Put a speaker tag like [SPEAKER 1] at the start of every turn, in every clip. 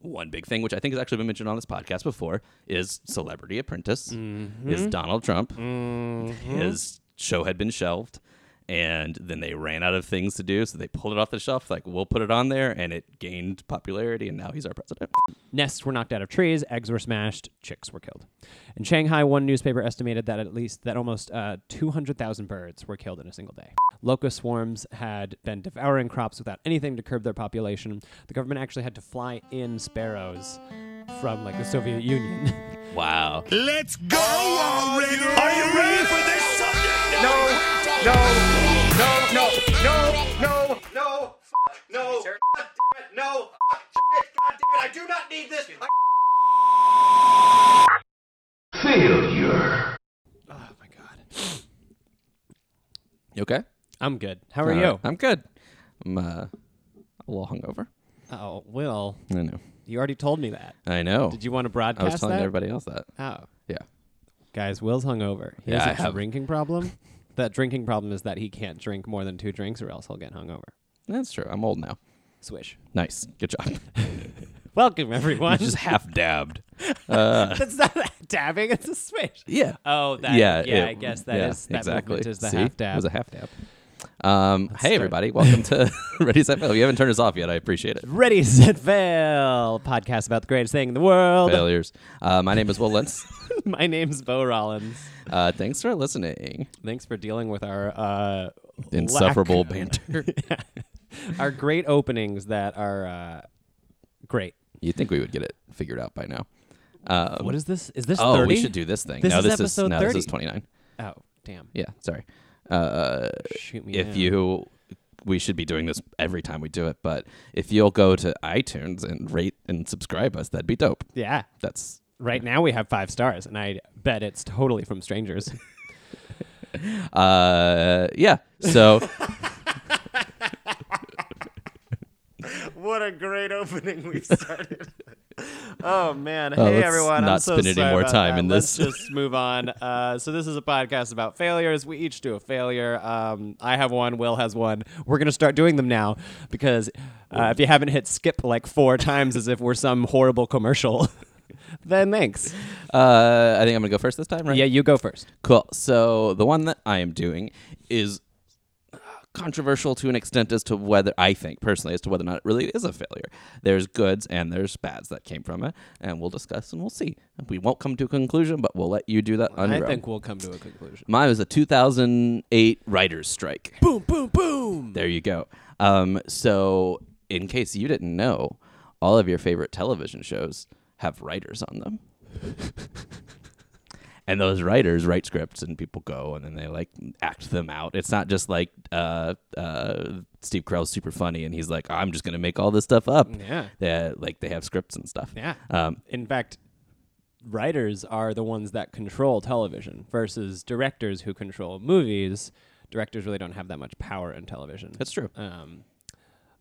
[SPEAKER 1] one big thing, which I think has actually been mentioned on this podcast before, is Celebrity Apprentice,
[SPEAKER 2] Mm-hmm.
[SPEAKER 1] is Donald Trump. His show had been shelved, and then they ran out of things to do, so they pulled it off the shelf. Like, we'll put it on there, and it gained popularity, and now he's our president.
[SPEAKER 2] Nests were knocked out of trees, eggs were smashed, chicks were killed. In Shanghai, one newspaper estimated that at least that almost uh, 200,000 birds were killed in a single day. Locust swarms had been devouring crops without anything to curb their population. The government actually had to fly in sparrows from like the Soviet Union. Oh
[SPEAKER 1] Wow.
[SPEAKER 3] Let's go already. Are you ready for this subject?
[SPEAKER 4] No, no, no, no, no, no, no, f- no, God damn it, no, f- shit, God damn it, I do not need this. I-
[SPEAKER 2] oh my god.
[SPEAKER 1] You okay?
[SPEAKER 2] I'm good. How are
[SPEAKER 1] All
[SPEAKER 2] you?
[SPEAKER 1] right. I'm good. I'm uh, a little hungover.
[SPEAKER 2] Oh, Will,
[SPEAKER 1] I know.
[SPEAKER 2] you already told me that.
[SPEAKER 1] I know.
[SPEAKER 2] Did you want to broadcast
[SPEAKER 1] Oh. I was telling
[SPEAKER 2] that?
[SPEAKER 1] everybody else that.
[SPEAKER 2] Oh.
[SPEAKER 1] Yeah.
[SPEAKER 2] Guys, Will's hungover. He
[SPEAKER 1] Yeah, I
[SPEAKER 2] has a
[SPEAKER 1] have-
[SPEAKER 2] drinking problem. that drinking problem is that he can't drink more than two drinks or else he'll get hungover.
[SPEAKER 1] That's true. I'm old now.
[SPEAKER 2] Swish.
[SPEAKER 1] Nice. Good job.
[SPEAKER 2] Welcome, everyone.
[SPEAKER 1] Just half dabbed.
[SPEAKER 2] That's not dabbing, it's a swish.
[SPEAKER 1] Uh, Yeah.
[SPEAKER 2] Oh, that, yeah, I guess that is that movement is the
[SPEAKER 1] See?
[SPEAKER 2] half dab.
[SPEAKER 1] It was a half dab. Um, hey,
[SPEAKER 2] start.
[SPEAKER 1] everybody. Welcome to Ready, Set, Fail. You haven't turned us off yet. I appreciate it.
[SPEAKER 2] Ready, set, fail. Podcast about the greatest thing in the world.
[SPEAKER 1] Failures. Uh, my name is Will Lentz.
[SPEAKER 2] My name's Bo Rollins.
[SPEAKER 1] Uh, thanks for listening.
[SPEAKER 2] Thanks for dealing with our uh,
[SPEAKER 1] Insufferable
[SPEAKER 2] lack-
[SPEAKER 1] banter.
[SPEAKER 2] our great openings that are uh, great.
[SPEAKER 1] You'd think we would get it figured out by now. Um,
[SPEAKER 2] What is this? Is this
[SPEAKER 1] Oh,
[SPEAKER 2] 30?
[SPEAKER 1] we should do this thing.
[SPEAKER 2] This
[SPEAKER 1] no,
[SPEAKER 2] is
[SPEAKER 1] this
[SPEAKER 2] episode Oh,
[SPEAKER 1] is no, this is
[SPEAKER 2] 30.
[SPEAKER 1] 29.
[SPEAKER 2] Oh, damn.
[SPEAKER 1] Yeah, sorry. Uh,
[SPEAKER 2] Shoot me.
[SPEAKER 1] if
[SPEAKER 2] down.
[SPEAKER 1] you we should be doing this every time we do it but if you'll go to itunes and rate and subscribe us that'd be dope
[SPEAKER 2] Yeah.
[SPEAKER 1] that's
[SPEAKER 2] Right now we have five stars, and I bet it's totally from strangers.
[SPEAKER 1] uh yeah so
[SPEAKER 4] What a great opening we started. oh man,
[SPEAKER 1] Oh,
[SPEAKER 4] hey
[SPEAKER 1] let's
[SPEAKER 4] everyone, I'm
[SPEAKER 1] not
[SPEAKER 4] so
[SPEAKER 1] spend any
[SPEAKER 4] sorry
[SPEAKER 1] more
[SPEAKER 4] about
[SPEAKER 1] time
[SPEAKER 4] that.
[SPEAKER 1] in
[SPEAKER 4] Let's
[SPEAKER 1] this.
[SPEAKER 4] just move on. Uh, so this is a podcast about failures. We each do a failure. Um,
[SPEAKER 2] I have one. Will has one. We're gonna start doing them now because uh, if you haven't hit skip like four times as if we're some horrible commercial, then thanks.
[SPEAKER 1] uh i think i'm gonna go first this time right
[SPEAKER 2] Yeah, you go first.
[SPEAKER 1] cool so the one that i am doing is uh, controversial to an extent as to whether i think personally as to whether or not it really is a failure there's goods and there's bads that came from it and we'll discuss and we'll see we won't come to a conclusion but we'll let you do that on
[SPEAKER 2] I
[SPEAKER 1] your own
[SPEAKER 2] think we'll come to a conclusion.
[SPEAKER 1] Mine was a 2008 writer's strike.
[SPEAKER 2] Boom, boom, boom.
[SPEAKER 1] There you go. Um, so, in case you didn't know, all of your favorite television shows have writers on them. and those writers write scripts and people go and then they like act them out. It's not just like uh, uh, Steve Carell's super funny and he's like, I'm just going to make all this stuff up.
[SPEAKER 2] Yeah.
[SPEAKER 1] They, like they have scripts and stuff.
[SPEAKER 2] Yeah.
[SPEAKER 1] Um,
[SPEAKER 2] In fact, writers are the ones that control television versus directors who control movies. Directors really don't have that much power in television.
[SPEAKER 1] that's true.
[SPEAKER 2] um,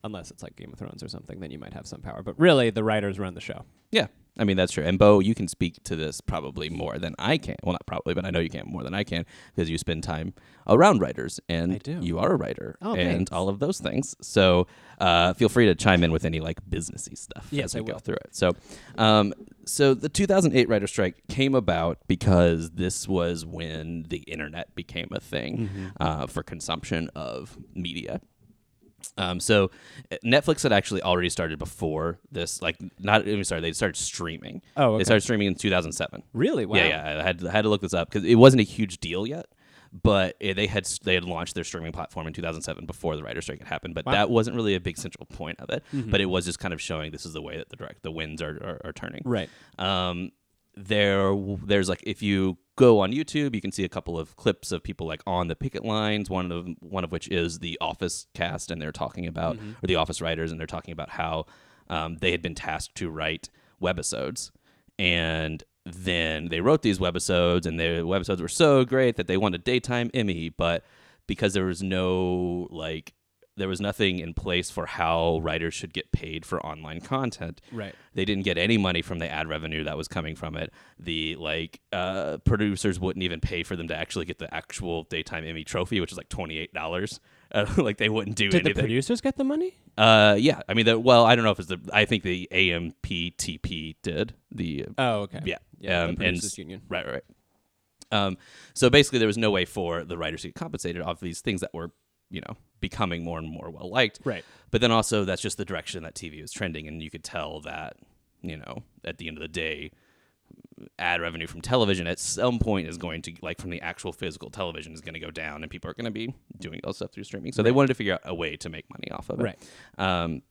[SPEAKER 2] unless it's like Game of Thrones or something, then you might have some power. But really, the writers run the show.
[SPEAKER 1] Yeah. I mean, that's true. And Bo, you can speak to this probably more than I can. Well, not probably, but I know you can more than I can because you spend time around writers and
[SPEAKER 2] I do.
[SPEAKER 1] you are a writer
[SPEAKER 2] Oh,
[SPEAKER 1] and
[SPEAKER 2] thanks.
[SPEAKER 1] all of those things. So uh, feel free to chime in with any like businessy stuff
[SPEAKER 2] Yes,
[SPEAKER 1] as we
[SPEAKER 2] I
[SPEAKER 1] go
[SPEAKER 2] will.
[SPEAKER 1] through it. So, um, so the 2008 writer strike came about because this was when the internet became a thing
[SPEAKER 2] Mm-hmm.
[SPEAKER 1] uh, for consumption of media. Um, so uh, Netflix had actually already started before this, like not even started. They started streaming.
[SPEAKER 2] Oh, okay.
[SPEAKER 1] they started streaming in 2007.
[SPEAKER 2] Really? Wow.
[SPEAKER 1] Yeah, yeah. I had I had to look this up because it wasn't a huge deal yet, but it, they had they had launched their streaming platform in 2007 before the writer's strike had happened. But that wasn't really a big central point of it.
[SPEAKER 2] Mm-hmm.
[SPEAKER 1] But it was just kind of showing this is the way that the direct the winds are are, are turning.
[SPEAKER 2] Right.
[SPEAKER 1] Um, there there's like if you go on YouTube, you can see a couple of clips of people like on the picket lines. One of one of which is the Office cast, and they're talking about or the Office writers, and they're talking about how um, they had been tasked to write webisodes, and then they wrote these webisodes, and the webisodes were so great that they won a daytime Emmy, but because there was no like there was nothing in place for how writers should get paid for online content
[SPEAKER 2] Right.
[SPEAKER 1] they didn't get any money from the ad revenue that was coming from it the like uh, producers wouldn't even pay for them to actually get the actual daytime emmy trophy which is like $28 Uh, like they wouldn't do
[SPEAKER 2] Did the
[SPEAKER 1] anything.
[SPEAKER 2] producers get the money?
[SPEAKER 1] uh, yeah, I mean, the, well, I don't know if it's the. I think the AMPTP did the. uh,
[SPEAKER 2] Oh, okay.
[SPEAKER 1] yeah,
[SPEAKER 2] Yeah.
[SPEAKER 1] um,
[SPEAKER 2] the
[SPEAKER 1] and
[SPEAKER 2] producers
[SPEAKER 1] s-
[SPEAKER 2] union.
[SPEAKER 1] Right, right. right. Um, so basically, there was no way for the writers to get compensated off these things that were, you know, becoming more and more well liked.
[SPEAKER 2] Right.
[SPEAKER 1] But then also, that's just the direction that TV was trending, and you could tell that, you know, at the end of the day, ad revenue from television at some point is going to like from the actual physical television is going to go down, and people are going to be doing all stuff through streaming. So they wanted to figure out a way to make money off of it.
[SPEAKER 2] Right.
[SPEAKER 1] Um,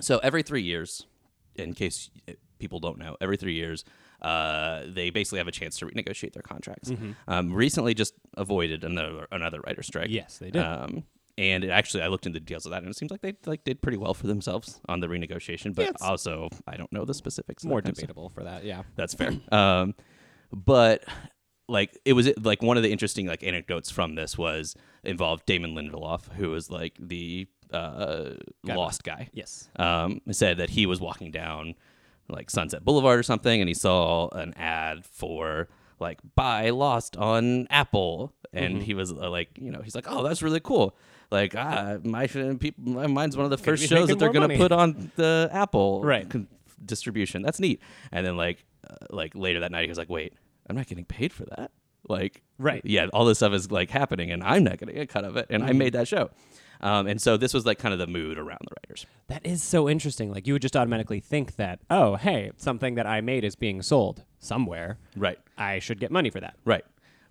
[SPEAKER 1] so every three years, in case people don't know, every three years, uh, they basically have a chance to renegotiate their contracts. Um, recently, just avoided another another writer strike.
[SPEAKER 2] Yes, they did.
[SPEAKER 1] Um, and it actually, I looked into the details of that, and it seems like they like did pretty well for themselves on the renegotiation. But
[SPEAKER 2] Yes.
[SPEAKER 1] also, I don't know the specifics. of
[SPEAKER 2] More
[SPEAKER 1] that kind of stuff.
[SPEAKER 2] debatable for that. Yeah.
[SPEAKER 1] That's fair. um, but like it was like one of the interesting like anecdotes from this was involved Damon Lindelof, who was like the uh, lost guy
[SPEAKER 2] Yes.
[SPEAKER 1] um, said that he was walking down like Sunset Boulevard or something, and he saw an ad for like buy Lost on Apple, and
[SPEAKER 2] Mm-hmm.
[SPEAKER 1] he was uh, like, you know, he's like, oh, that's really cool. Like, ah, my people, my mine's one of the first
[SPEAKER 2] be
[SPEAKER 1] shows
[SPEAKER 2] making
[SPEAKER 1] that they're
[SPEAKER 2] more
[SPEAKER 1] gonna
[SPEAKER 2] money."
[SPEAKER 1] put on the Apple
[SPEAKER 2] Right.
[SPEAKER 1] con- distribution. That's neat. And then like, uh, like later that night, he was like, wait, I'm not getting paid for that. Like,
[SPEAKER 2] Right. Mm-hmm.
[SPEAKER 1] Yeah, all this stuff is like happening, and I'm not getting a cut of it, and I made that show. Um, and so this was like kind of the mood around the writers.
[SPEAKER 2] That is so interesting. Like you would just automatically think that, oh, hey, something that I made is being sold somewhere.
[SPEAKER 1] Right.
[SPEAKER 2] I should get money for that.
[SPEAKER 1] Right.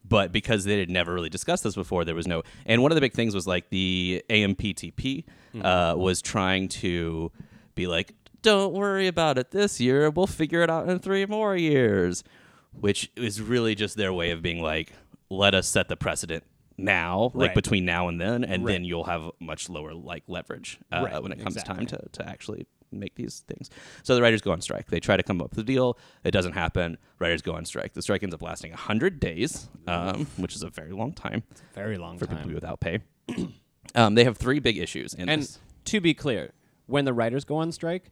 [SPEAKER 1] But because they had never really discussed this before, there was no. And one of the big things was like the AMPTP uh, was trying to be like, don't worry about it this year. We'll figure it out in three more years, which is really just their way of being like, let us set the precedent now, like
[SPEAKER 2] Right.
[SPEAKER 1] between now and then, and then you'll have much lower like leverage uh,
[SPEAKER 2] Right,
[SPEAKER 1] when it comes time
[SPEAKER 2] exactly.
[SPEAKER 1] to, to actually make these things. So the writers go on strike. They try to come up with a deal. It doesn't happen. Writers go on strike. The strike ends up lasting 100 days, um, which is a very long time
[SPEAKER 2] Very long
[SPEAKER 1] for
[SPEAKER 2] time.
[SPEAKER 1] people without pay. um, they have three big issues. In
[SPEAKER 2] And
[SPEAKER 1] this.
[SPEAKER 2] to be clear, when the writers go on strike,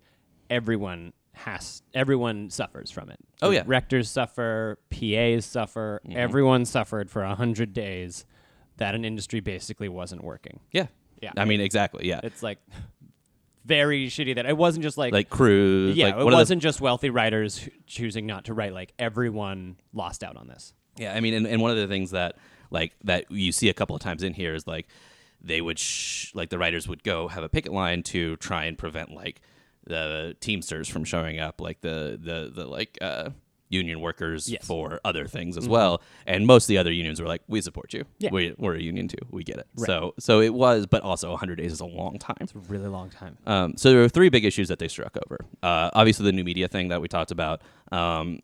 [SPEAKER 2] everyone has everyone suffers from it.
[SPEAKER 1] Oh, yeah. Mm-hmm.
[SPEAKER 2] Rectors suffer, PAs suffer, everyone suffered for 100 days that an industry basically wasn't working.
[SPEAKER 1] Yeah.
[SPEAKER 2] Yeah.
[SPEAKER 1] I mean, exactly. Yeah.
[SPEAKER 2] It's like very shitty that it wasn't just like,
[SPEAKER 1] like crews.
[SPEAKER 2] yeah,
[SPEAKER 1] like
[SPEAKER 2] it
[SPEAKER 1] one of the-
[SPEAKER 2] wasn't just wealthy writers who- choosing not to write like everyone lost out on this.
[SPEAKER 1] Yeah, I mean, and, and one of the things that like that you see a couple of times in here is like they would sh- like the writers would go have a picket line to try and prevent like the Teamsters from showing up, like the the the like uh, union workers
[SPEAKER 2] Yes. Mm-hmm.
[SPEAKER 1] for other things as well. And most of the other unions were like, "We support you.
[SPEAKER 2] Yeah.
[SPEAKER 1] We, we're a union too. We get it." So so it was, but also 100 days is a long time.
[SPEAKER 2] Really long time.
[SPEAKER 1] Um, so there were three big issues that they struck over. Uh, obviously, the new media thing that we talked about. Um,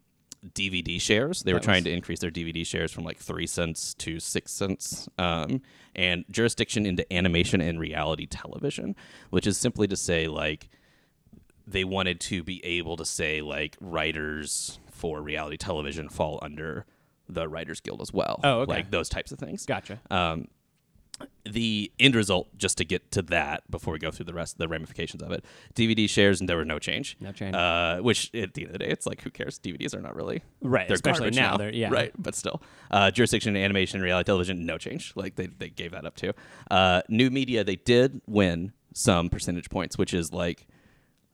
[SPEAKER 1] DVD shares. They were trying to increase their DVD shares from like three cents to six cents, um, and jurisdiction into animation and reality television, which is simply to say like they wanted to be able to say like writers for reality television fall under the Writers Guild as well.
[SPEAKER 2] Oh, okay.
[SPEAKER 1] Like those types of things
[SPEAKER 2] Gotcha.
[SPEAKER 1] the end result, just to get to that before we go through the rest, the ramifications of it. DVD shares, and there were no change.
[SPEAKER 2] No change.
[SPEAKER 1] Uh, which at the end of the day, it's like who cares? DVDs are not really
[SPEAKER 2] Right,
[SPEAKER 1] They're
[SPEAKER 2] especially
[SPEAKER 1] garbage
[SPEAKER 2] now,
[SPEAKER 1] now.
[SPEAKER 2] they're- yeah.
[SPEAKER 1] Right. But still, uh, jurisdiction, animation, reality television, no change. Like they they gave that up too. Uh, new media, they did win some percentage points, which is like,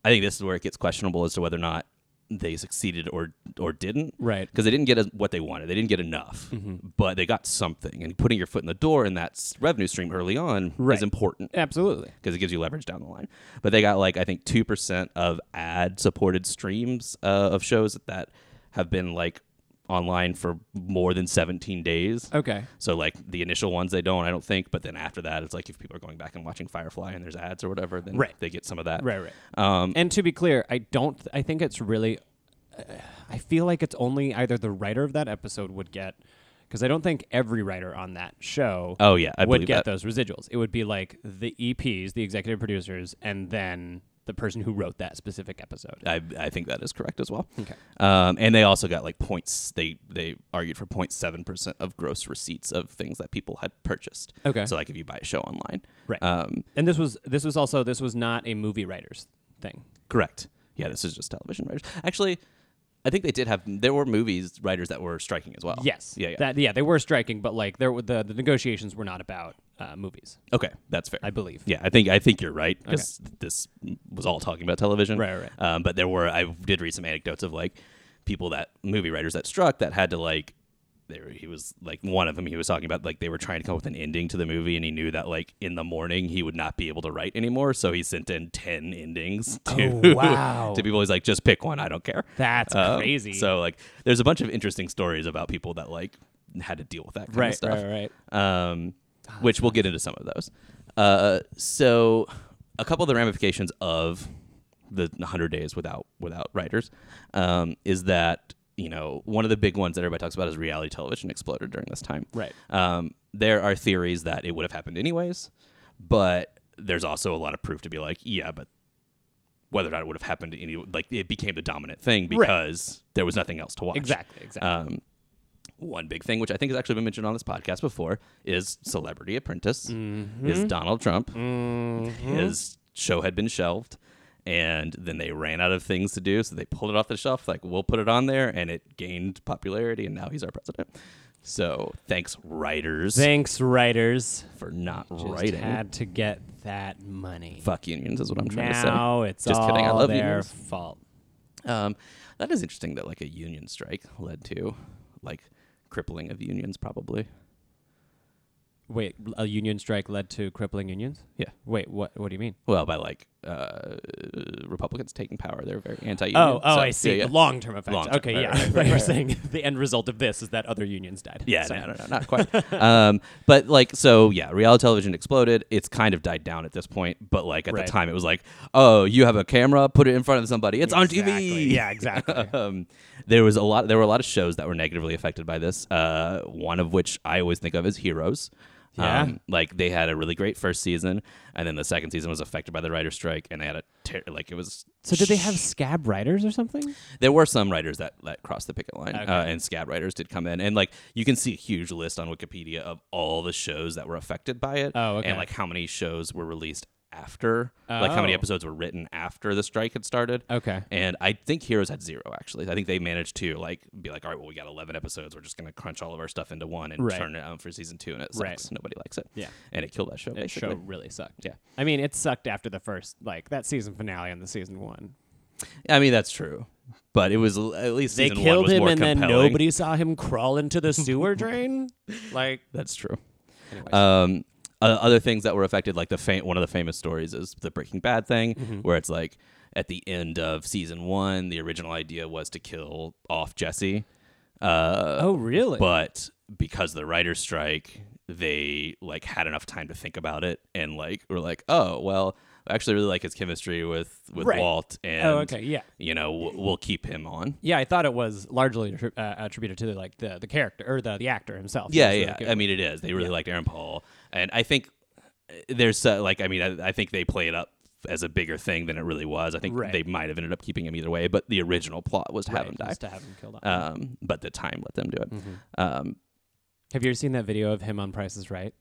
[SPEAKER 1] I think this is where it gets questionable as to whether or not they succeeded or or didn't
[SPEAKER 2] Right.
[SPEAKER 1] because they didn't get as- what they wanted. They didn't get enough,
[SPEAKER 2] Mm-hmm.
[SPEAKER 1] but they got something. And putting your foot in the door in that s- revenue stream early on
[SPEAKER 2] Right.
[SPEAKER 1] is important
[SPEAKER 2] Absolutely.
[SPEAKER 1] because it gives you leverage down the line. But they got like I think two percent of ad-supported streams uh, of shows that have been like online for more than 17 days.
[SPEAKER 2] Okay.
[SPEAKER 1] So like the initial ones they don't, I don't think, but then after that it's like if people are going back and watching Firefly and there's ads or whatever, then
[SPEAKER 2] Right.
[SPEAKER 1] they get some of that.
[SPEAKER 2] Right, right.
[SPEAKER 1] Um,
[SPEAKER 2] and to be clear, I don't. I think it's really. uh, I feel like it's only either the writer of that episode would get, because I don't think every writer on that show.
[SPEAKER 1] Oh, yeah, I
[SPEAKER 2] would
[SPEAKER 1] believe
[SPEAKER 2] get
[SPEAKER 1] that.
[SPEAKER 2] those residuals. It would be like the EPs, the executive producers, and then the person who wrote that specific episode.
[SPEAKER 1] I, I think that is correct as well.
[SPEAKER 2] Okay.
[SPEAKER 1] Um, and they also got like points. They they argued for 07 percent of gross receipts of things that people had purchased.
[SPEAKER 2] Okay.
[SPEAKER 1] So like if you buy a show online.
[SPEAKER 2] Right.
[SPEAKER 1] Um,
[SPEAKER 2] and this was this was also this was not a movie writers thing.
[SPEAKER 1] correct. Yeah. This is just television writers. Actually, I think they did have. There were movies writers that were striking as well.
[SPEAKER 2] Yes.
[SPEAKER 1] Yeah. yeah.
[SPEAKER 2] That yeah, they were striking, but like there were- the the negotiations were not about uh, movies,
[SPEAKER 1] Okay, that's fair.
[SPEAKER 2] I believe.
[SPEAKER 1] Mm-hmm. Yeah, I think I think you're right because this was all talking about television.
[SPEAKER 2] Right, right,
[SPEAKER 1] Um, but there were I did read some anecdotes of like people that movie writers that struck that had to like there he was like one of them he was talking about like they were trying to come up with an ending to the movie and he knew that like in the morning he would not be able to write anymore so he sent in 10 endings to
[SPEAKER 2] Oh, wow.
[SPEAKER 1] to people he's like just pick one I don't care.
[SPEAKER 2] That's
[SPEAKER 1] Um,
[SPEAKER 2] crazy.
[SPEAKER 1] So like there's a bunch of interesting stories about people that like had to deal with that kind
[SPEAKER 2] right,
[SPEAKER 1] of stuff
[SPEAKER 2] right, right. Ah,
[SPEAKER 1] um, which we'll get into some of those. Uh, so, a couple of the ramifications of the 100 days without without writers um, is that you know one of the big ones that everybody talks about is reality television exploded during this time.
[SPEAKER 2] Right.
[SPEAKER 1] Um, there are theories that it would have happened anyways, but there's also a lot of proof to be like, yeah, but whether or not it would have happened any like it became the dominant thing because there was nothing else to watch
[SPEAKER 2] Exactly, exactly.
[SPEAKER 1] um, one big thing, which I think has actually been mentioned on this podcast before, is Celebrity Apprentice.
[SPEAKER 2] Mm-hmm.
[SPEAKER 1] Is Donald Trump? His show had been shelved, and then they ran out of things to do, so they pulled it off the shelf. Like we'll put it on there, and it gained popularity, and now he's our president. So thanks, writers,
[SPEAKER 2] Thanks, writers.
[SPEAKER 1] for not
[SPEAKER 2] Just
[SPEAKER 1] writing.
[SPEAKER 2] had to get that money.
[SPEAKER 1] Fuck unions is what I'm trying
[SPEAKER 2] now
[SPEAKER 1] to say.
[SPEAKER 2] it's
[SPEAKER 1] just
[SPEAKER 2] all
[SPEAKER 1] kidding. I love
[SPEAKER 2] their
[SPEAKER 1] unions.
[SPEAKER 2] fault.
[SPEAKER 1] Um, that is interesting that like a union strike led to like crippling of unions, probably.
[SPEAKER 2] Wait, a union strike led to crippling unions?
[SPEAKER 1] Yeah.
[SPEAKER 2] Wait, what? What do you mean?
[SPEAKER 1] Well, by like uh, Republicans taking power, they're very anti-union.
[SPEAKER 2] Oh, oh,
[SPEAKER 1] so-
[SPEAKER 2] I see.
[SPEAKER 1] Yeah, yeah.
[SPEAKER 2] The long-term effects.
[SPEAKER 1] Long-term,
[SPEAKER 2] okay,
[SPEAKER 1] right,
[SPEAKER 2] yeah.
[SPEAKER 1] right, right,
[SPEAKER 2] But you're saying the end result of this is that other unions died.
[SPEAKER 1] Yeah,
[SPEAKER 2] Sorry.
[SPEAKER 1] no, no, no, not quite. um, but like, so yeah, reality television exploded. It's kind of died down at this point, but like at
[SPEAKER 2] Right.
[SPEAKER 1] the time, it was like, oh, you have a camera, put it in front of somebody, it's on
[SPEAKER 2] Exactly.
[SPEAKER 1] TV.
[SPEAKER 2] Yeah, exactly.
[SPEAKER 1] um, there was a lot. There were a lot of shows that were negatively affected by this. Uh, one of which I always think of as Heroes. Um,
[SPEAKER 2] Yeah.
[SPEAKER 1] like they had a really great first season, and then the second season was affected by the writer's strike, and they had a ter- like it was.
[SPEAKER 2] so did they have scab writers or something?
[SPEAKER 1] There were some writers that, that crossed the picket line, uh,
[SPEAKER 2] Okay.
[SPEAKER 1] and scab writers did come in, and like you can see a huge list on Wikipedia of all the shows that were affected by it,
[SPEAKER 2] Oh, okay.
[SPEAKER 1] and like how many shows were released after, like how many
[SPEAKER 2] Oh.
[SPEAKER 1] episodes were written after the strike had started.
[SPEAKER 2] Okay.
[SPEAKER 1] And I think Heroes had zero actually. I think they managed to like be like, all right, well, we got eleven episodes. We're just gonna crunch all of our stuff into one and
[SPEAKER 2] Right.
[SPEAKER 1] turn it on for season two, and it
[SPEAKER 2] Right.
[SPEAKER 1] sucks. Nobody likes it.
[SPEAKER 2] Yeah.
[SPEAKER 1] and it killed that show.
[SPEAKER 2] That
[SPEAKER 1] basically.
[SPEAKER 2] show really sucked.
[SPEAKER 1] Yeah.
[SPEAKER 2] I mean, it sucked after the first, like that season finale on the season one.
[SPEAKER 1] I mean, that's true, but it was l- at least
[SPEAKER 2] They
[SPEAKER 1] season one
[SPEAKER 2] killed
[SPEAKER 1] was
[SPEAKER 2] him,
[SPEAKER 1] more
[SPEAKER 2] and then
[SPEAKER 1] compelling.
[SPEAKER 2] nobody saw him crawl into the sewer drain. Like,
[SPEAKER 1] That's true. Um, uh, other things that were affected, like the fa- one of the famous stories is the Breaking Bad thing,
[SPEAKER 2] Mm-hmm.
[SPEAKER 1] where it's like at the end of season one, the original idea was to kill off Jesse, uh,
[SPEAKER 2] oh really?
[SPEAKER 1] but because of the writer's strike, they like had enough time to think about it and like were like, oh well, I actually really like his chemistry with with
[SPEAKER 2] Right.
[SPEAKER 1] Walt, and
[SPEAKER 2] oh, okay, yeah.
[SPEAKER 1] you know w- we'll keep him on.
[SPEAKER 2] Yeah, I thought it was largely attri- uh, attributed to the, like the, the character or the, the actor himself. He
[SPEAKER 1] Yeah,
[SPEAKER 2] was really
[SPEAKER 1] yeah.
[SPEAKER 2] good.
[SPEAKER 1] I mean, it is. They really liked Aaron Paul, and I think uh, there's uh, like, I mean, I, I think they play it up as a bigger thing than it really was. I think
[SPEAKER 2] Right.
[SPEAKER 1] they might have ended up keeping him either way, but the original plot was to have him die.
[SPEAKER 2] Just to have him killed off.
[SPEAKER 1] Um, but the time let them do it.
[SPEAKER 2] Mm-hmm.
[SPEAKER 1] Um,
[SPEAKER 2] have you ever seen that video of him on Price is Right?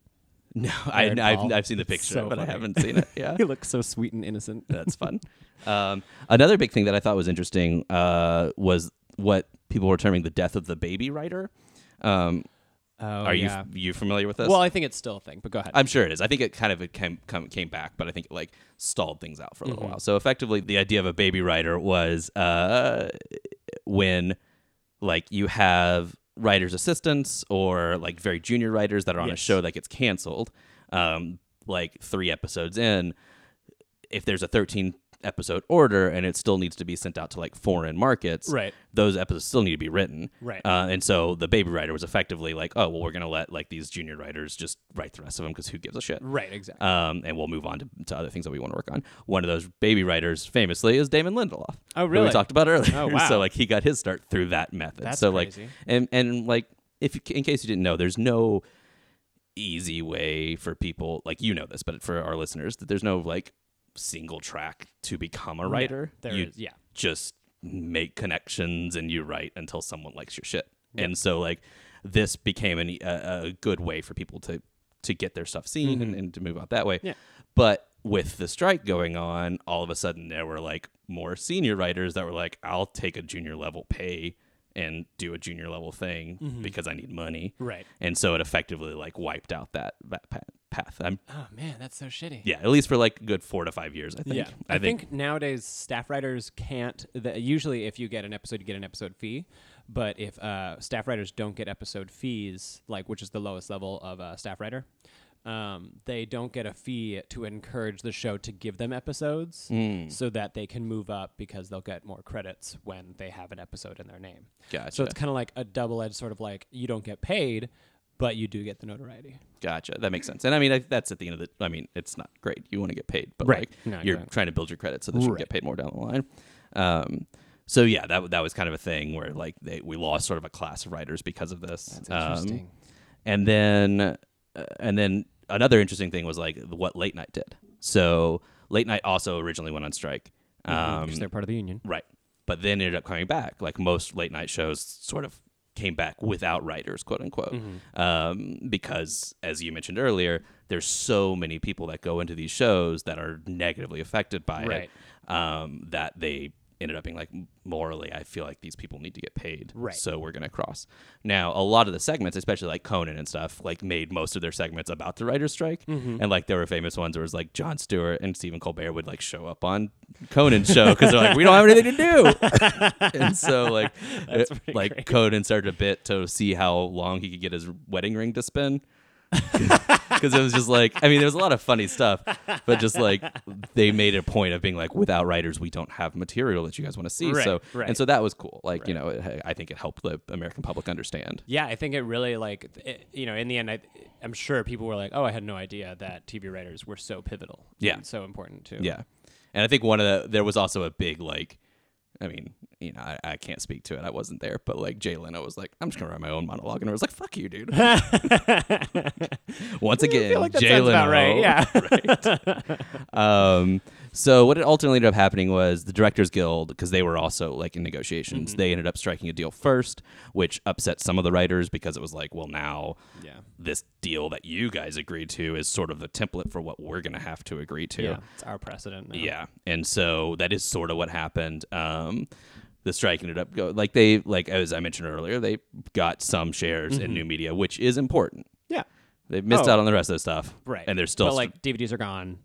[SPEAKER 1] no, I,
[SPEAKER 2] Aaron
[SPEAKER 1] I've,
[SPEAKER 2] Paul.
[SPEAKER 1] I've seen the
[SPEAKER 2] It's
[SPEAKER 1] picture,
[SPEAKER 2] so
[SPEAKER 1] but I
[SPEAKER 2] funny.
[SPEAKER 1] haven't seen it. Yeah.
[SPEAKER 2] He looks so sweet and innocent.
[SPEAKER 1] That's fun. um, another big thing that I thought was interesting uh, was what people were terming the death of the baby writer. Um,
[SPEAKER 2] Oh,
[SPEAKER 1] are you
[SPEAKER 2] yeah.
[SPEAKER 1] you familiar with this?
[SPEAKER 2] Well, I think it's still a thing, but go ahead.
[SPEAKER 1] I'm sure it is. I think it kind of it came come, came back, but I think it like stalled things out for a little
[SPEAKER 2] Mm-hmm.
[SPEAKER 1] while. So effectively, the idea of a baby writer was uh, when like you have writers' assistants or like very junior writers that are on
[SPEAKER 2] Yes.
[SPEAKER 1] a show that gets canceled, um, like three episodes in, if there's a 13 episode order and it still needs to be sent out to like foreign markets
[SPEAKER 2] Right.
[SPEAKER 1] those episodes still need to be written
[SPEAKER 2] Right.
[SPEAKER 1] uh, and so the baby writer was effectively like oh well we're gonna let like these junior writers just write the rest of them because who gives a shit
[SPEAKER 2] right, exactly.
[SPEAKER 1] um, and we'll move on to, to other things that we want to work on. One of those baby writers, famously, is Damon Lindelof.
[SPEAKER 2] Oh,
[SPEAKER 1] who
[SPEAKER 2] really?
[SPEAKER 1] we talked about earlier.
[SPEAKER 2] Oh, wow.
[SPEAKER 1] so like he got his start through that method.
[SPEAKER 2] That's
[SPEAKER 1] so
[SPEAKER 2] crazy.
[SPEAKER 1] like, and and like, if you, in case you didn't know, there's no easy way for people like you know this, but for our listeners, that there's no like single track to become a writer.
[SPEAKER 2] there
[SPEAKER 1] You
[SPEAKER 2] is- yeah.
[SPEAKER 1] just make connections and you write until someone likes your shit. And so like this became an, e, a, a good way for people to to get their stuff seen and, and to move out that way.
[SPEAKER 2] Mm-hmm. Yeah.
[SPEAKER 1] But with the strike going on, all of a sudden there were like more senior writers that were like, I'll take a junior level pay and do a junior level thing because I need money.
[SPEAKER 2] Mm-hmm. Right.
[SPEAKER 1] And so it effectively like wiped out that that pa- path. I'm,
[SPEAKER 2] Oh man, that's so shitty.
[SPEAKER 1] yeah, at least for like a good four to five years, I think.
[SPEAKER 2] Yeah, I, think, nowadays staff writers can't. The, usually, if you get an episode, you get an episode fee. But if uh, staff writers don't get episode fees, like which is the lowest level of a staff writer, um, they don't get a fee to encourage the show to give them episodes so that they can move up because they'll get more credits when they have an episode in their name. So
[SPEAKER 1] Gotcha.
[SPEAKER 2] it's kind of like a double edged sort of like you don't get paid, but you do get the notoriety.
[SPEAKER 1] Gotcha. That makes sense. And I mean, I, that's at the end of the. I mean, it's not great. You want to get paid, but
[SPEAKER 2] Right.
[SPEAKER 1] like
[SPEAKER 2] No,
[SPEAKER 1] you're
[SPEAKER 2] exactly.
[SPEAKER 1] trying to build your credit so that you
[SPEAKER 2] Right.
[SPEAKER 1] get paid more down the line. Um, so yeah, that w- that was kind of a thing where like they we lost sort of a class of writers because of this. That's
[SPEAKER 2] Um, interesting.
[SPEAKER 1] and then uh, and then another interesting thing was like what late night did. So late night also originally went on strike. Um,
[SPEAKER 2] because Mm-hmm. they're part of the union.
[SPEAKER 1] Right. But then ended up coming back. Like most late night shows sort of came back without writers, quote unquote. Um, because, as you mentioned earlier, there's so many people that go into these shows that are negatively affected by
[SPEAKER 2] Right.
[SPEAKER 1] it um, that they ended up being like, morally, I feel like these people need to get paid.
[SPEAKER 2] Right.
[SPEAKER 1] So we're going to cross. Now, a lot of the segments, especially like Conan and stuff, like made most of their segments about the writer's strike.
[SPEAKER 2] Mm-hmm.
[SPEAKER 1] And like there were famous ones where it was like John Stewart and Stephen Colbert would like show up on Conan's show because they're like, we don't have anything to do. and so like, uh,
[SPEAKER 2] pretty
[SPEAKER 1] like
[SPEAKER 2] great.
[SPEAKER 1] Conan started a bit to see how long he could get his wedding ring to spin. Because it was just like, I mean, there was a lot of funny stuff, but just like they made a point of being like, without writers, we don't have material that you guys want to see.
[SPEAKER 2] Right,
[SPEAKER 1] so,
[SPEAKER 2] right.
[SPEAKER 1] and so that was cool. Like, you know, it, I think it helped the American public understand.
[SPEAKER 2] Yeah, I think it really like it, you know in the end I I'm sure people were like, "Oh, I had no idea that TV writers were so pivotal."
[SPEAKER 1] Yeah.
[SPEAKER 2] and so important too.
[SPEAKER 1] Yeah. And I think one of the, there was also a big, like, I mean, you know, I, I can't speak to it. I wasn't there, but like Jay Leno was like, I'm just going to write my own monologue. And I was like, fuck you, dude. Once again,
[SPEAKER 2] feel like that
[SPEAKER 1] Jay
[SPEAKER 2] sounds
[SPEAKER 1] Leno.
[SPEAKER 2] about right, yeah.
[SPEAKER 1] Right. Um, so what it ultimately ended up happening was the Directors Guild, because they were also like in
[SPEAKER 2] Mm-hmm.
[SPEAKER 1] negotiations, they ended up striking a deal first, which upset some of the writers because it was like, well, now
[SPEAKER 2] Yeah.
[SPEAKER 1] this deal that you guys agreed to is sort of the template for what we're going to have to agree to.
[SPEAKER 2] yeah, it's our precedent. Now.
[SPEAKER 1] Yeah, and so that is sort of what happened. Um, the strike ended up go like they like as I mentioned earlier, they got some shares in new media, which is important.
[SPEAKER 2] yeah,
[SPEAKER 1] They missed
[SPEAKER 2] Mm-hmm. Oh.
[SPEAKER 1] out on the rest of the stuff,
[SPEAKER 2] right.
[SPEAKER 1] And they're still
[SPEAKER 2] but, like DVDs are gone.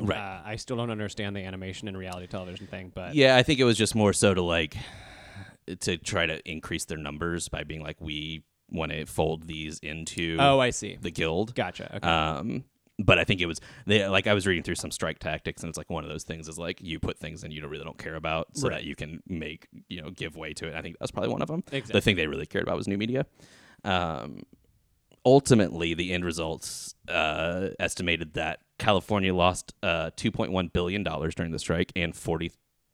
[SPEAKER 1] Right.
[SPEAKER 2] Uh, I still don't understand the animation and reality television thing, but
[SPEAKER 1] yeah, I think it was just more so to like to try to increase their numbers by being like we want to fold these into
[SPEAKER 2] oh, I see.
[SPEAKER 1] the guild.
[SPEAKER 2] Gotcha. Okay.
[SPEAKER 1] Um, but I think it was they like I was reading through some strike tactics, and it's like one of those things is like you put things in you don't really don't care about, so that you can make you know give way to it. I think that's probably one of them. The thing they really cared about was new media. Um, ultimately, the end results uh, estimated that California lost uh, 2.1 billion dollars during the strike and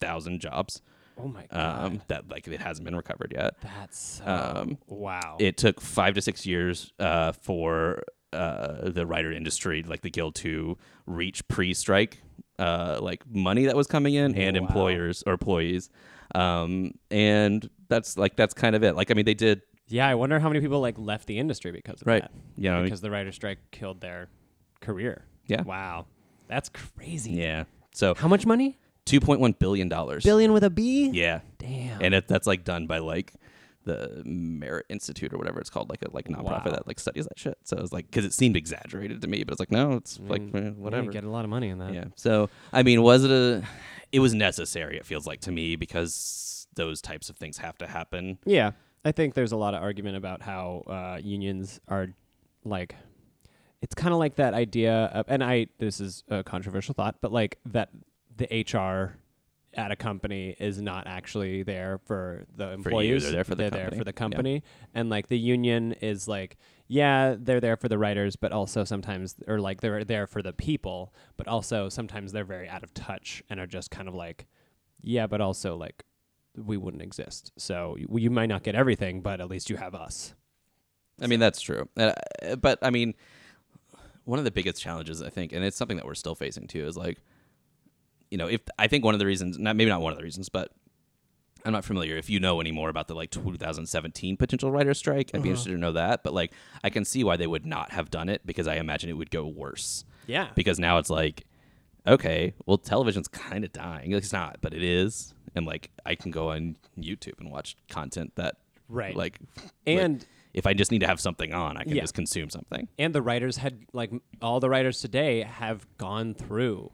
[SPEAKER 1] 40,000 jobs.
[SPEAKER 2] oh my god,
[SPEAKER 1] Um, that like it hasn't been recovered yet
[SPEAKER 2] that's so,
[SPEAKER 1] um,
[SPEAKER 2] wow.
[SPEAKER 1] it took five to six years uh, for uh, the writer industry, like the guild, to reach pre-strike uh, like money that was coming in and
[SPEAKER 2] Oh, Wow.
[SPEAKER 1] employers or employees. Um, and that's like that's kind of it. Like I mean, they did
[SPEAKER 2] yeah, I wonder how many people like left the industry because of that.
[SPEAKER 1] You know,
[SPEAKER 2] because the writer's strike killed their career.
[SPEAKER 1] Yeah.
[SPEAKER 2] Wow, that's crazy.
[SPEAKER 1] yeah. So
[SPEAKER 2] How much money?
[SPEAKER 1] two point one billion dollars.
[SPEAKER 2] Billion with a B.
[SPEAKER 1] Yeah.
[SPEAKER 2] Damn.
[SPEAKER 1] And it, that's like done by like the Merit Institute or whatever it's called, like a like nonprofit
[SPEAKER 2] Wow.
[SPEAKER 1] that like studies that shit. So it's like because it seemed exaggerated to me, but it's like no, it's like eh, whatever.
[SPEAKER 2] Yeah, get a lot of money in that.
[SPEAKER 1] Yeah. So I mean, was it a? It was necessary. It feels like to me because those types of things have to happen.
[SPEAKER 2] Yeah, I think there's a lot of argument about how uh, unions are like. It's kind of like that idea of, and I this is a controversial thought, but like that the HR at a company is not actually there for the
[SPEAKER 1] For
[SPEAKER 2] employees.
[SPEAKER 1] you, they're there for the
[SPEAKER 2] they're there
[SPEAKER 1] company.
[SPEAKER 2] for the
[SPEAKER 1] Yeah.
[SPEAKER 2] company, and like the union is like, yeah, they're there for the writers, but also sometimes, or like they're there for the people, but also sometimes they're very out of touch and are just kind of like, yeah, but also like we wouldn't exist. So you, you might not get everything, but at least you have us.
[SPEAKER 1] I mean, that's true. Uh, but I mean, one of the biggest challenges I think, and it's something that we're still facing too, is like, you know, if I think one of the reasons, not maybe not one of the reasons, but I'm not familiar if you know any more about the like 2017 potential writer strike. I'd be interested to know that. But like, I can see why they would not have done it because I imagine it would go worse.
[SPEAKER 2] Yeah.
[SPEAKER 1] because now it's like okay well television's kind of dying Like, it's not but it is and like i can go on youtube and watch content that
[SPEAKER 2] Right.
[SPEAKER 1] Like,
[SPEAKER 2] And-
[SPEAKER 1] like, if I just need to have something on, I can
[SPEAKER 2] Yeah.
[SPEAKER 1] just consume something.
[SPEAKER 2] and the writers had like m- all the writers today have gone through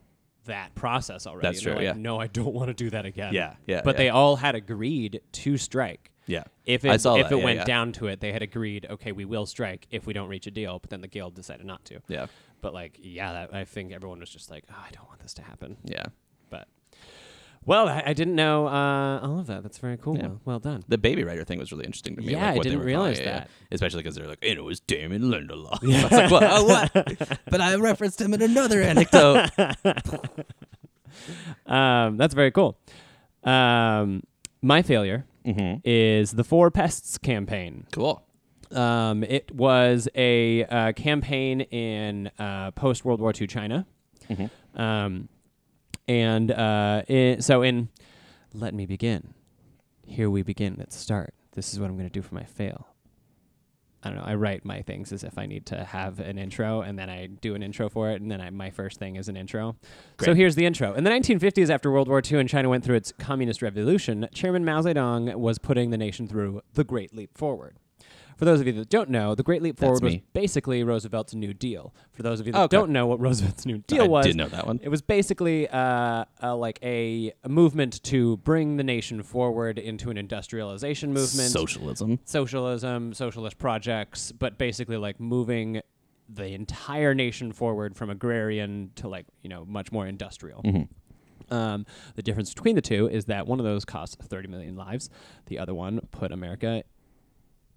[SPEAKER 2] that process already.
[SPEAKER 1] That's
[SPEAKER 2] And they're
[SPEAKER 1] true,
[SPEAKER 2] Like,
[SPEAKER 1] yeah.
[SPEAKER 2] No, I don't want to do that again.
[SPEAKER 1] Yeah, yeah,
[SPEAKER 2] But
[SPEAKER 1] yeah.
[SPEAKER 2] they all had agreed to strike.
[SPEAKER 1] Yeah.
[SPEAKER 2] If it,
[SPEAKER 1] I saw
[SPEAKER 2] if
[SPEAKER 1] that,
[SPEAKER 2] it
[SPEAKER 1] yeah,
[SPEAKER 2] went
[SPEAKER 1] yeah.
[SPEAKER 2] down to it, they had agreed. Okay, we will strike if we don't reach a deal. But then the guild decided not to.
[SPEAKER 1] Yeah.
[SPEAKER 2] But like, yeah, that, I think everyone was just like, oh, I don't want this to happen.
[SPEAKER 1] Yeah.
[SPEAKER 2] But well, I, I didn't know uh, all of that. That's very cool. Well, well done.
[SPEAKER 1] The baby writer thing was really interesting to me.
[SPEAKER 2] Yeah,
[SPEAKER 1] like
[SPEAKER 2] I
[SPEAKER 1] what they
[SPEAKER 2] didn't
[SPEAKER 1] were
[SPEAKER 2] realize
[SPEAKER 1] calling it, yeah.
[SPEAKER 2] that.
[SPEAKER 1] Especially because they're like, it was Damon Lindelof. I was like, well, what? But I referenced him in another anecdote.
[SPEAKER 2] Um, that's very cool. Um, my failure is the Four Pests campaign.
[SPEAKER 1] Mm-hmm. cool.
[SPEAKER 2] Um, it was a uh, campaign in uh, post World War II China. Um, and uh, i- so, in Let Me Begin, here we begin. Let's start. This is what I'm going to do for my fail. I don't know. I write my things as if I need to have an intro, and then I do an intro for it, and then I, my first thing is an intro. So here's the intro. In the 1950s, after World War II and China went through its communist revolution, Chairman Mao Zedong was putting the nation through the Great Leap Forward. For those of you that don't know, the Great Leap Forward was
[SPEAKER 1] me.
[SPEAKER 2] basically Roosevelt's New Deal. For those of you that
[SPEAKER 1] Okay.
[SPEAKER 2] don't know what Roosevelt's New Deal
[SPEAKER 1] I
[SPEAKER 2] was,
[SPEAKER 1] did know that one.
[SPEAKER 2] It was basically uh, uh, like a, a movement to bring the nation forward into an industrialization movement
[SPEAKER 1] Socialism.
[SPEAKER 2] socialism, socialist projects, but basically like moving the entire nation forward from agrarian to like, you know, much more industrial.
[SPEAKER 1] Mm. Mm-hmm.
[SPEAKER 2] Um, the difference between the two is that one of those cost 30 million lives, the other one put America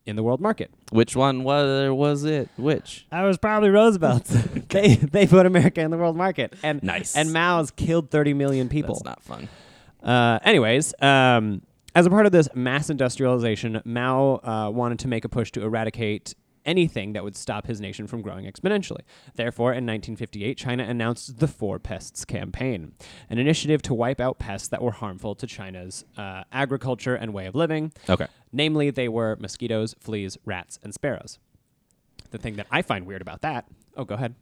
[SPEAKER 2] in the world market.
[SPEAKER 1] Which one was, was it? Which?
[SPEAKER 2] I was probably Roosevelt's. they they put America in the world market, and
[SPEAKER 1] Nice.
[SPEAKER 2] and Mao's killed 30 million people.
[SPEAKER 1] That's not fun.
[SPEAKER 2] Uh, anyways, um, as a part of this mass industrialization, Mao uh, wanted to make a push to eradicate anything that would stop his nation from growing exponentially. Therefore, in 1958, China announced the Four Pests Campaign, an initiative to wipe out pests that were harmful to China's uh, agriculture and way of living.
[SPEAKER 1] Okay.
[SPEAKER 2] Namely, they were mosquitoes, fleas, rats, and sparrows. The thing that I find weird about that. Oh, go ahead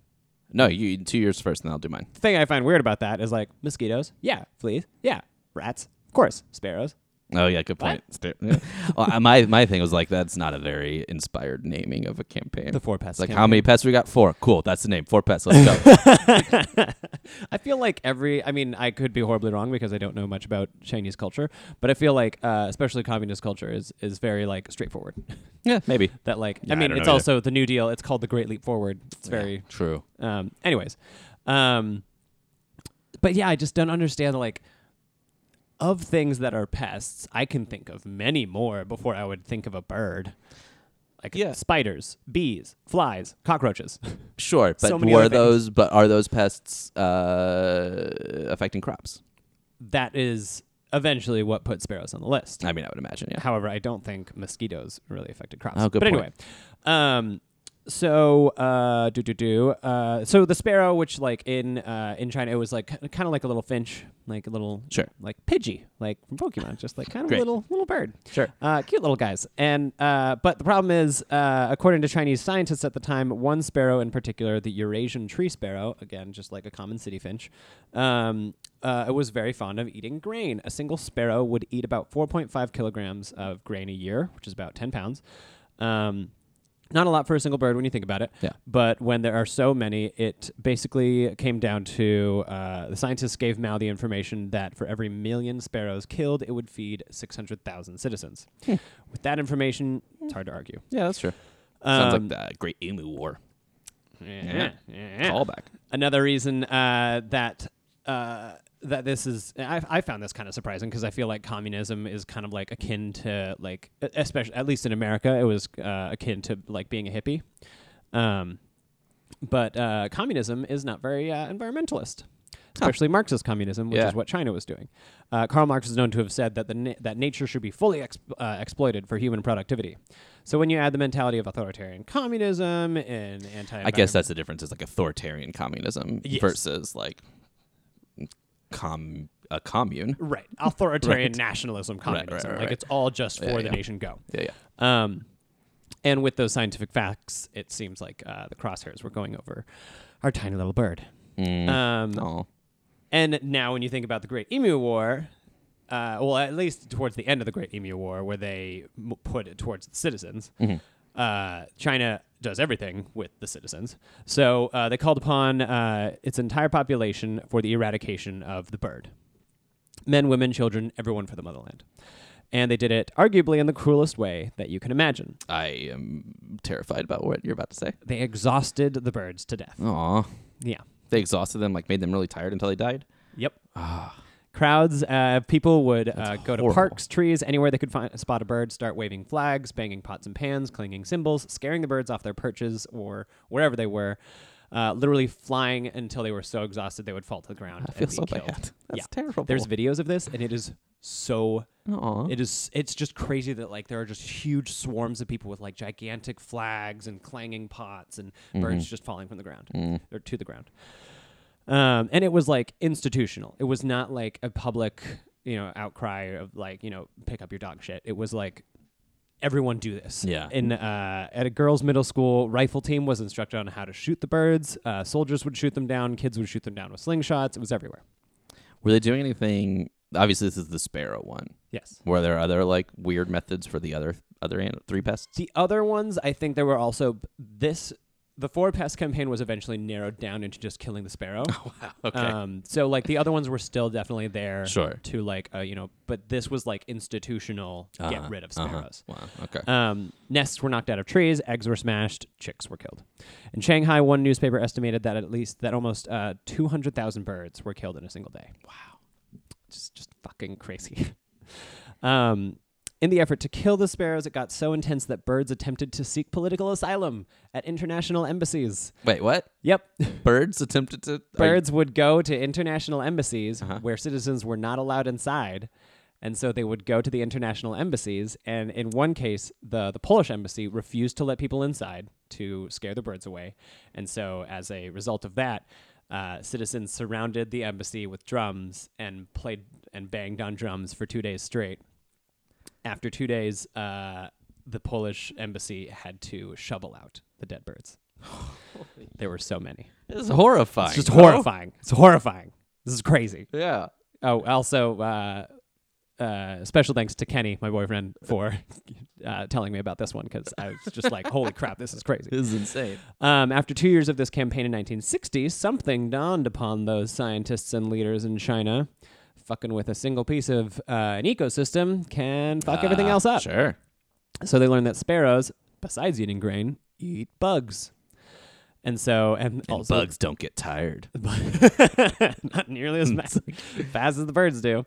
[SPEAKER 1] No, you do yours first, and I'll do mine.
[SPEAKER 2] the thing I find weird about that is like mosquitoes, yeah, fleas, yeah, rats, of course, sparrows.
[SPEAKER 1] Oh yeah, good point.
[SPEAKER 2] What?
[SPEAKER 1] Sta- yeah. Well, I- my my thing was like that's not a very inspired naming of a campaign.
[SPEAKER 2] The four pests
[SPEAKER 1] Like how
[SPEAKER 2] campaign.
[SPEAKER 1] many pests we got? Four. Cool. That's the name. Four pests. Let's go.
[SPEAKER 2] I feel like every, I mean, I could be horribly wrong because I don't know much about Chinese culture, but I feel like, uh, especially communist culture, is is very like straightforward.
[SPEAKER 1] yeah, maybe.
[SPEAKER 2] that like,
[SPEAKER 1] Yeah, I
[SPEAKER 2] I mean,
[SPEAKER 1] don't
[SPEAKER 2] it's
[SPEAKER 1] know either.
[SPEAKER 2] also the New Deal. It's called the Great Leap Forward. It's very
[SPEAKER 1] True.
[SPEAKER 2] Um, anyways, um, but yeah, I just don't understand like of things that are pests. I can think of many more before I would think of a bird. Like
[SPEAKER 1] Yeah.
[SPEAKER 2] spiders, bees, flies, cockroaches.
[SPEAKER 1] Sure, but
[SPEAKER 2] So many
[SPEAKER 1] were
[SPEAKER 2] other things.
[SPEAKER 1] those? But are those pests uh, affecting crops?
[SPEAKER 2] that is eventually what put sparrows on the list.
[SPEAKER 1] I mean, I would imagine. Yeah.
[SPEAKER 2] However, I don't think mosquitoes really affected crops.
[SPEAKER 1] Oh, good
[SPEAKER 2] but
[SPEAKER 1] point.
[SPEAKER 2] anyway, um, so uh, do do do. Uh, so the sparrow, which like in uh, in China, it was like kind of like a little finch, like a little
[SPEAKER 1] Sure.
[SPEAKER 2] like Pidgey, like from Pokemon, just like kind of a
[SPEAKER 1] Great.
[SPEAKER 2] little little bird.
[SPEAKER 1] Sure.
[SPEAKER 2] uh, cute little guys. And uh, but the problem is, uh, according to Chinese scientists at the time, one sparrow in particular, the Eurasian tree sparrow, again just like a common city finch, um, uh, was very fond of eating grain. A single sparrow would eat about 4.5 kilograms of grain a year, which is about 10 pounds. Um, not a lot for a single bird when you think about it.
[SPEAKER 1] Yeah.
[SPEAKER 2] But when there are so many, it basically came down to uh, the scientists gave Mao the information that for every million sparrows killed, it would feed 600,000 citizens.
[SPEAKER 1] Hmm.
[SPEAKER 2] With that information, it's hard to argue.
[SPEAKER 1] Yeah, that's true. Sounds
[SPEAKER 2] Um,
[SPEAKER 1] like the Great Emu War.
[SPEAKER 2] Yeah.
[SPEAKER 1] Callback.
[SPEAKER 2] Another reason uh, that uh, that this is I, I found this kind of surprising because I feel like communism is kind of like akin to like especially at least in America it was uh, akin to like being a hippie, um, but uh, communism is not very uh, environmentalist. Especially Marxist communism, which
[SPEAKER 1] Yeah.
[SPEAKER 2] is what China was doing. Uh, Karl Marx is known to have said that the na- that nature should be fully ex- uh, exploited for human productivity. So when you add the mentality of authoritarian communism and anti,
[SPEAKER 1] I guess that's the difference. Is like authoritarian communism
[SPEAKER 2] Yes.
[SPEAKER 1] versus like com a commune.
[SPEAKER 2] Right. Authoritarian nationalism,
[SPEAKER 1] right,
[SPEAKER 2] communism.
[SPEAKER 1] right,
[SPEAKER 2] Like
[SPEAKER 1] right.
[SPEAKER 2] it's all just for
[SPEAKER 1] Yeah,
[SPEAKER 2] the
[SPEAKER 1] yeah.
[SPEAKER 2] nation go.
[SPEAKER 1] Yeah, yeah.
[SPEAKER 2] Um, and with those scientific facts, it seems like uh, the crosshairs were going over our tiny little bird. Um,
[SPEAKER 1] Oh,
[SPEAKER 2] And now, when you think about the Great Emu War, uh, well, at least towards the end of the Great Emu War, where they m- put it towards the citizens, uh, China does everything with the citizens. So uh, they called upon uh, its entire population for the eradication of the bird men, women, children, everyone for the motherland. And they did it arguably in the cruelest way that you can imagine.
[SPEAKER 1] I am terrified about what you're about to say.
[SPEAKER 2] They exhausted the birds to death.
[SPEAKER 1] Aw.
[SPEAKER 2] Yeah.
[SPEAKER 1] They exhausted them, like made them really tired until they died.
[SPEAKER 2] Yep. Crowds, uh, people would uh, go to
[SPEAKER 1] Ah. horrible.
[SPEAKER 2] parks, trees, anywhere they could find spot a bird, start waving flags, banging pots and pans, clanging cymbals, scaring the birds off their perches or wherever they were, uh, literally flying until they were so exhausted they would fall to the ground.
[SPEAKER 1] I feel
[SPEAKER 2] and be
[SPEAKER 1] so
[SPEAKER 2] killed.
[SPEAKER 1] bad. That's
[SPEAKER 2] yeah.
[SPEAKER 1] terrible.
[SPEAKER 2] There's videos of this, and it is so
[SPEAKER 1] Aw.
[SPEAKER 2] It is. It's just crazy that like there are just huge swarms of people with like gigantic flags and clanging pots and
[SPEAKER 1] Mm-hmm.
[SPEAKER 2] birds just falling from the ground
[SPEAKER 1] Mm.
[SPEAKER 2] or to the ground. Um, and it was like institutional. It was not like a public, you know, outcry of like you know pick up your dog shit. It was like everyone do this.
[SPEAKER 1] Yeah.
[SPEAKER 2] In uh, at a girls' middle school, rifle team was instructed on how to shoot the birds. Uh, soldiers would shoot them down. Kids would shoot them down with slingshots. It was everywhere.
[SPEAKER 1] Were they doing anything? Obviously, this is the sparrow one.
[SPEAKER 2] Yes.
[SPEAKER 1] Were there other like weird methods for the other other an- three pests?
[SPEAKER 2] The other ones, I think there were also this. The four pest campaign was eventually narrowed down into just killing the sparrow.
[SPEAKER 1] Oh, Wow. Okay.
[SPEAKER 2] Um, so like the other ones were still definitely there.
[SPEAKER 1] Sure.
[SPEAKER 2] To like uh, you know, but this was like institutional get rid of sparrows.
[SPEAKER 1] Wow. Okay.
[SPEAKER 2] Um, nests were knocked out of trees, eggs were smashed, chicks were killed. In Shanghai, one newspaper estimated that at least that almost uh, two hundred thousand birds were killed in a single day. Wow, just just fucking crazy. um, in the effort to kill the sparrows, it got so intense that birds attempted to seek political asylum at international embassies.
[SPEAKER 1] Wait, what?
[SPEAKER 2] Yep,
[SPEAKER 1] Birds attempted to
[SPEAKER 2] birds would go to international embassies where citizens were not allowed inside. And so they would go to the international embassies. And in one case, the, the Polish embassy refused to let people inside to scare the birds away. And so, as a result of that, uh, citizens surrounded the embassy with drums and played and banged on drums for two days straight. After two days, uh, the Polish embassy had to shovel out the dead birds. there were so many.
[SPEAKER 1] I, this is horrifying.
[SPEAKER 2] It's just
[SPEAKER 1] bro.
[SPEAKER 2] horrifying. It's horrifying. This is crazy.
[SPEAKER 1] Yeah.
[SPEAKER 2] Oh, also, uh, uh, special thanks to Kenny, my boyfriend, for uh, telling me about this one because I was just like, holy crap, this is crazy.
[SPEAKER 1] This is insane.
[SPEAKER 2] Um, after two years of this campaign in 1960, something dawned upon those scientists and leaders in China. Fucking with a single piece of uh, an ecosystem can fuck everything else up.
[SPEAKER 1] Uh, Ah, Sure.
[SPEAKER 2] So they learned that sparrows, besides eating grain, eat bugs. And so, and,
[SPEAKER 1] And
[SPEAKER 2] also,
[SPEAKER 1] bugs don't get tired.
[SPEAKER 2] not nearly as fast, fast as the birds do.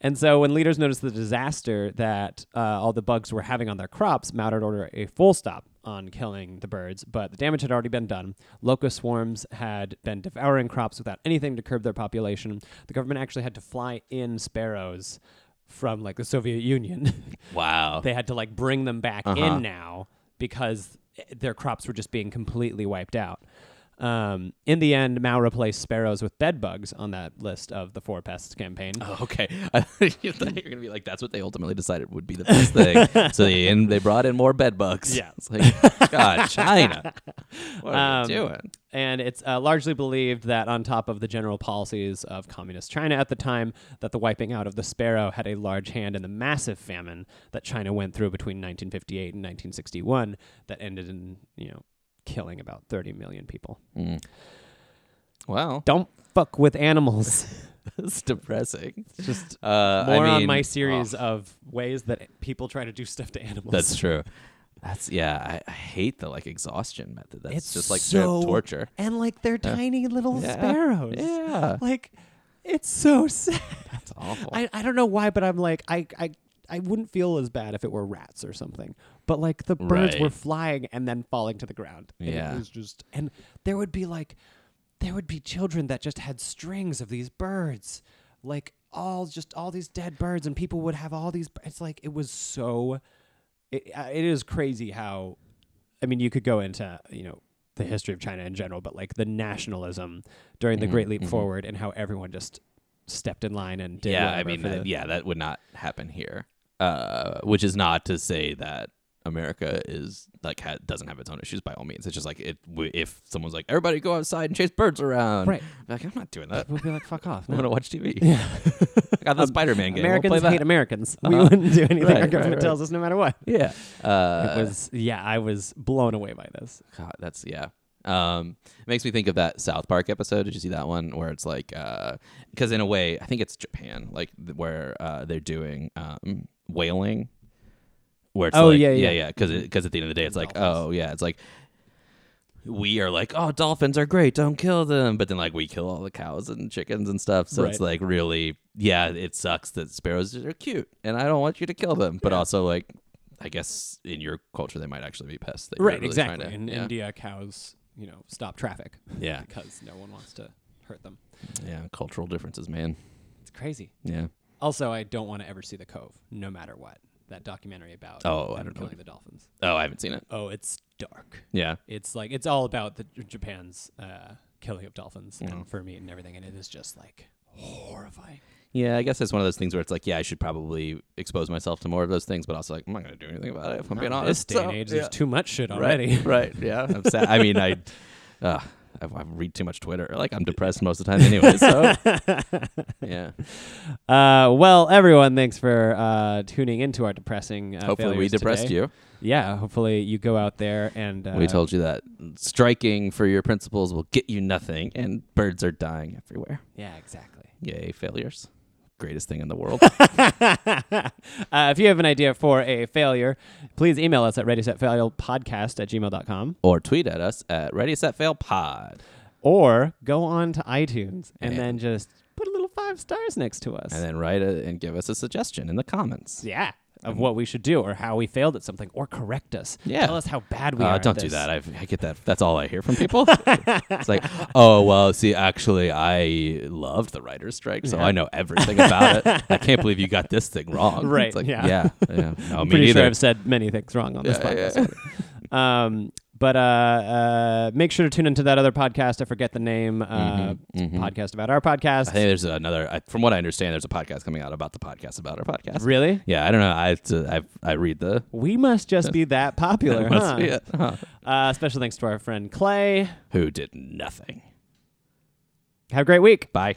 [SPEAKER 2] And so, when leaders noticed the disaster that uh, all the bugs were having on their crops, Mao ordered a full stop on killing the birds, but the damage had already been done. Locust swarms had been devouring crops without anything to curb their population. The government actually had to fly in sparrows from like the Soviet Union.
[SPEAKER 1] Wow.
[SPEAKER 2] they had to like bring them back in now because their crops were just being completely wiped out. Um, in the end, Mao replaced sparrows with bed bugs on that list of the four pests campaign.
[SPEAKER 1] Oh, okay. I thought you were gonna be like, that's what they ultimately decided would be the best thing. so they in, they brought in more bed bugs.
[SPEAKER 2] Yeah.
[SPEAKER 1] It's like, God, China. What are
[SPEAKER 2] Um,
[SPEAKER 1] they doing?
[SPEAKER 2] And it's uh, largely believed that, on top of the general policies of communist China at the time, that the wiping out of the sparrow had a large hand in the massive famine that China went through between 1958 and 1961, that ended in you know killing about 30 million people.
[SPEAKER 1] Hmm. Well,
[SPEAKER 2] Don't fuck with animals.
[SPEAKER 1] that's depressing.
[SPEAKER 2] Just
[SPEAKER 1] Uh, I
[SPEAKER 2] more on
[SPEAKER 1] mean, oh,
[SPEAKER 2] my series of ways that people try to do stuff to animals.
[SPEAKER 1] That's true. That's yeah. I, I hate the like exhaustion method. That's
[SPEAKER 2] it's
[SPEAKER 1] just like straight up
[SPEAKER 2] so
[SPEAKER 1] torture.
[SPEAKER 2] and like they're tiny little
[SPEAKER 1] Yeah.
[SPEAKER 2] sparrows.
[SPEAKER 1] Yeah.
[SPEAKER 2] like it's so sad.
[SPEAKER 1] It's awful.
[SPEAKER 2] I, I don't know why, but I'm like I I I wouldn't feel as bad if it were rats or something. But like the birds were
[SPEAKER 1] Right.
[SPEAKER 2] flying and then falling to the ground. And
[SPEAKER 1] Yeah.
[SPEAKER 2] it was just and there would be like there would be children that just had strings of these birds, like all just all these dead birds, and people would have all these. It's like it was so. It, uh, it is crazy how I mean, you could go into, you know, the history of China in general, but like the nationalism during
[SPEAKER 1] Mm-hmm,
[SPEAKER 2] the Great Leap Forward and how everyone just stepped in line and did.
[SPEAKER 1] yeah, I
[SPEAKER 2] whatever
[SPEAKER 1] mean,
[SPEAKER 2] for
[SPEAKER 1] that-
[SPEAKER 2] the-
[SPEAKER 1] yeah, that would not happen here. Uh, which is not to say that America is like ha- doesn't have its own issues by all means. It's just like it w- if someone's like everybody go outside and chase birds around,
[SPEAKER 2] Right.
[SPEAKER 1] uh, I'd be Like I'm not doing that.
[SPEAKER 2] We'll be like, fuck off.
[SPEAKER 1] I want
[SPEAKER 2] no."
[SPEAKER 1] to watch TV. got the Spider-Man game.
[SPEAKER 2] Americans
[SPEAKER 1] we'll play that. Uh-huh.
[SPEAKER 2] hate Americans. We wouldn't do anything
[SPEAKER 1] Right,
[SPEAKER 2] our
[SPEAKER 1] right,
[SPEAKER 2] government
[SPEAKER 1] right.
[SPEAKER 2] tells us, no matter what.
[SPEAKER 1] Yeah. Uh,
[SPEAKER 2] it was yeah, I was blown away by this.
[SPEAKER 1] God, that's yeah. Um, it makes me think of that South Park episode. Did you see that one where it's like, because in a way, I think it's Japan, like th- where uh, they're doing um, whaling. Where it's
[SPEAKER 2] Oh,
[SPEAKER 1] like,
[SPEAKER 2] yeah,
[SPEAKER 1] yeah,
[SPEAKER 2] yeah.
[SPEAKER 1] yeah, because at the end of the day, it's like, oh yeah, it's like we are like, oh, dolphins are great, don't kill them, but then like we kill all the cows and chickens and stuff. So it's
[SPEAKER 2] Right.
[SPEAKER 1] like really, yeah, it sucks that sparrows are cute, and I don't want you to kill them, but also like. I guess in your culture they might actually be pests. that you're
[SPEAKER 2] Right,
[SPEAKER 1] really trying
[SPEAKER 2] exactly.
[SPEAKER 1] to-
[SPEAKER 2] In
[SPEAKER 1] yeah.
[SPEAKER 2] India, cows, you know, stop traffic.
[SPEAKER 1] Yeah.
[SPEAKER 2] because no one wants to hurt them.
[SPEAKER 1] Yeah, cultural differences, man.
[SPEAKER 2] It's crazy.
[SPEAKER 1] Yeah.
[SPEAKER 2] Also, I don't want to ever see the Cove, no matter what. That documentary about
[SPEAKER 1] Oh, I
[SPEAKER 2] them
[SPEAKER 1] don't know.
[SPEAKER 2] killing the dolphins.
[SPEAKER 1] Oh, I haven't seen it.
[SPEAKER 2] Oh, it's dark.
[SPEAKER 1] Yeah.
[SPEAKER 2] It's like it's all about the Japan's uh, killing of dolphins
[SPEAKER 1] Mm-hmm.
[SPEAKER 2] and for meat and everything, and it is just like horrifying.
[SPEAKER 1] Yeah, I guess it's one of those things where it's like, yeah, I should probably expose myself to more of those things, but also like, I'm not going to do anything about it if I'm being
[SPEAKER 2] In
[SPEAKER 1] honest.
[SPEAKER 2] this day and
[SPEAKER 1] So,
[SPEAKER 2] age,
[SPEAKER 1] uh, yeah.
[SPEAKER 2] there's too much shit
[SPEAKER 1] right,
[SPEAKER 2] already.
[SPEAKER 1] right. Yeah. I'm sad. I mean, I, uh, I, I read too much Twitter. Like, I'm depressed most of the time anyway. So, yeah.
[SPEAKER 2] Uh, well, everyone, thanks for uh, tuning into our depressing. Uh,
[SPEAKER 1] Hopefully, we
[SPEAKER 2] failures
[SPEAKER 1] depressed
[SPEAKER 2] today.
[SPEAKER 1] you.
[SPEAKER 2] Yeah, hopefully you go out there and uh,
[SPEAKER 1] we told you that striking for your principles will get you nothing, and birds are dying everywhere.
[SPEAKER 2] Yeah, exactly.
[SPEAKER 1] Yay, failures. Greatest thing in the world.
[SPEAKER 2] uh, if you have an idea for a failure, please email us at readysetfailpodcast at gmail.com
[SPEAKER 1] or tweet at us at Ready Set Fail Pod.
[SPEAKER 2] or go on to iTunes and
[SPEAKER 1] Yeah.
[SPEAKER 2] then just put a little five stars next to us.
[SPEAKER 1] and then write a, and give us a suggestion in the comments.
[SPEAKER 2] yeah. Of what we should do, or how we failed at something, or correct us.
[SPEAKER 1] Yeah.
[SPEAKER 2] Tell us how bad we
[SPEAKER 1] Uh,
[SPEAKER 2] are. at
[SPEAKER 1] don't do
[SPEAKER 2] this.
[SPEAKER 1] that. I've, I get that. That's all I hear from people. it's like, oh well, see, actually, I loved the writer's strike, so I know everything about it. I can't believe you got this thing wrong.
[SPEAKER 2] Right,
[SPEAKER 1] It's like,
[SPEAKER 2] yeah.
[SPEAKER 1] Yeah. yeah. No,
[SPEAKER 2] I'm
[SPEAKER 1] me
[SPEAKER 2] pretty
[SPEAKER 1] neither.
[SPEAKER 2] sure I've said many things wrong on this podcast. um, but uh, uh, make sure to tune into that other podcast. I forget the name.
[SPEAKER 1] Mm-hmm.
[SPEAKER 2] Uh, it's a Podcast about our podcast.
[SPEAKER 1] I think there's another. I, from what I understand, there's a podcast coming out about the podcast about our podcast.
[SPEAKER 2] really?
[SPEAKER 1] Yeah. I don't know. I I I read the.
[SPEAKER 2] We must just be that popular,
[SPEAKER 1] must
[SPEAKER 2] huh?
[SPEAKER 1] be it. Huh.
[SPEAKER 2] Uh, special thanks to our friend Clay.
[SPEAKER 1] Who did nothing?
[SPEAKER 2] Have a great week.
[SPEAKER 1] Bye.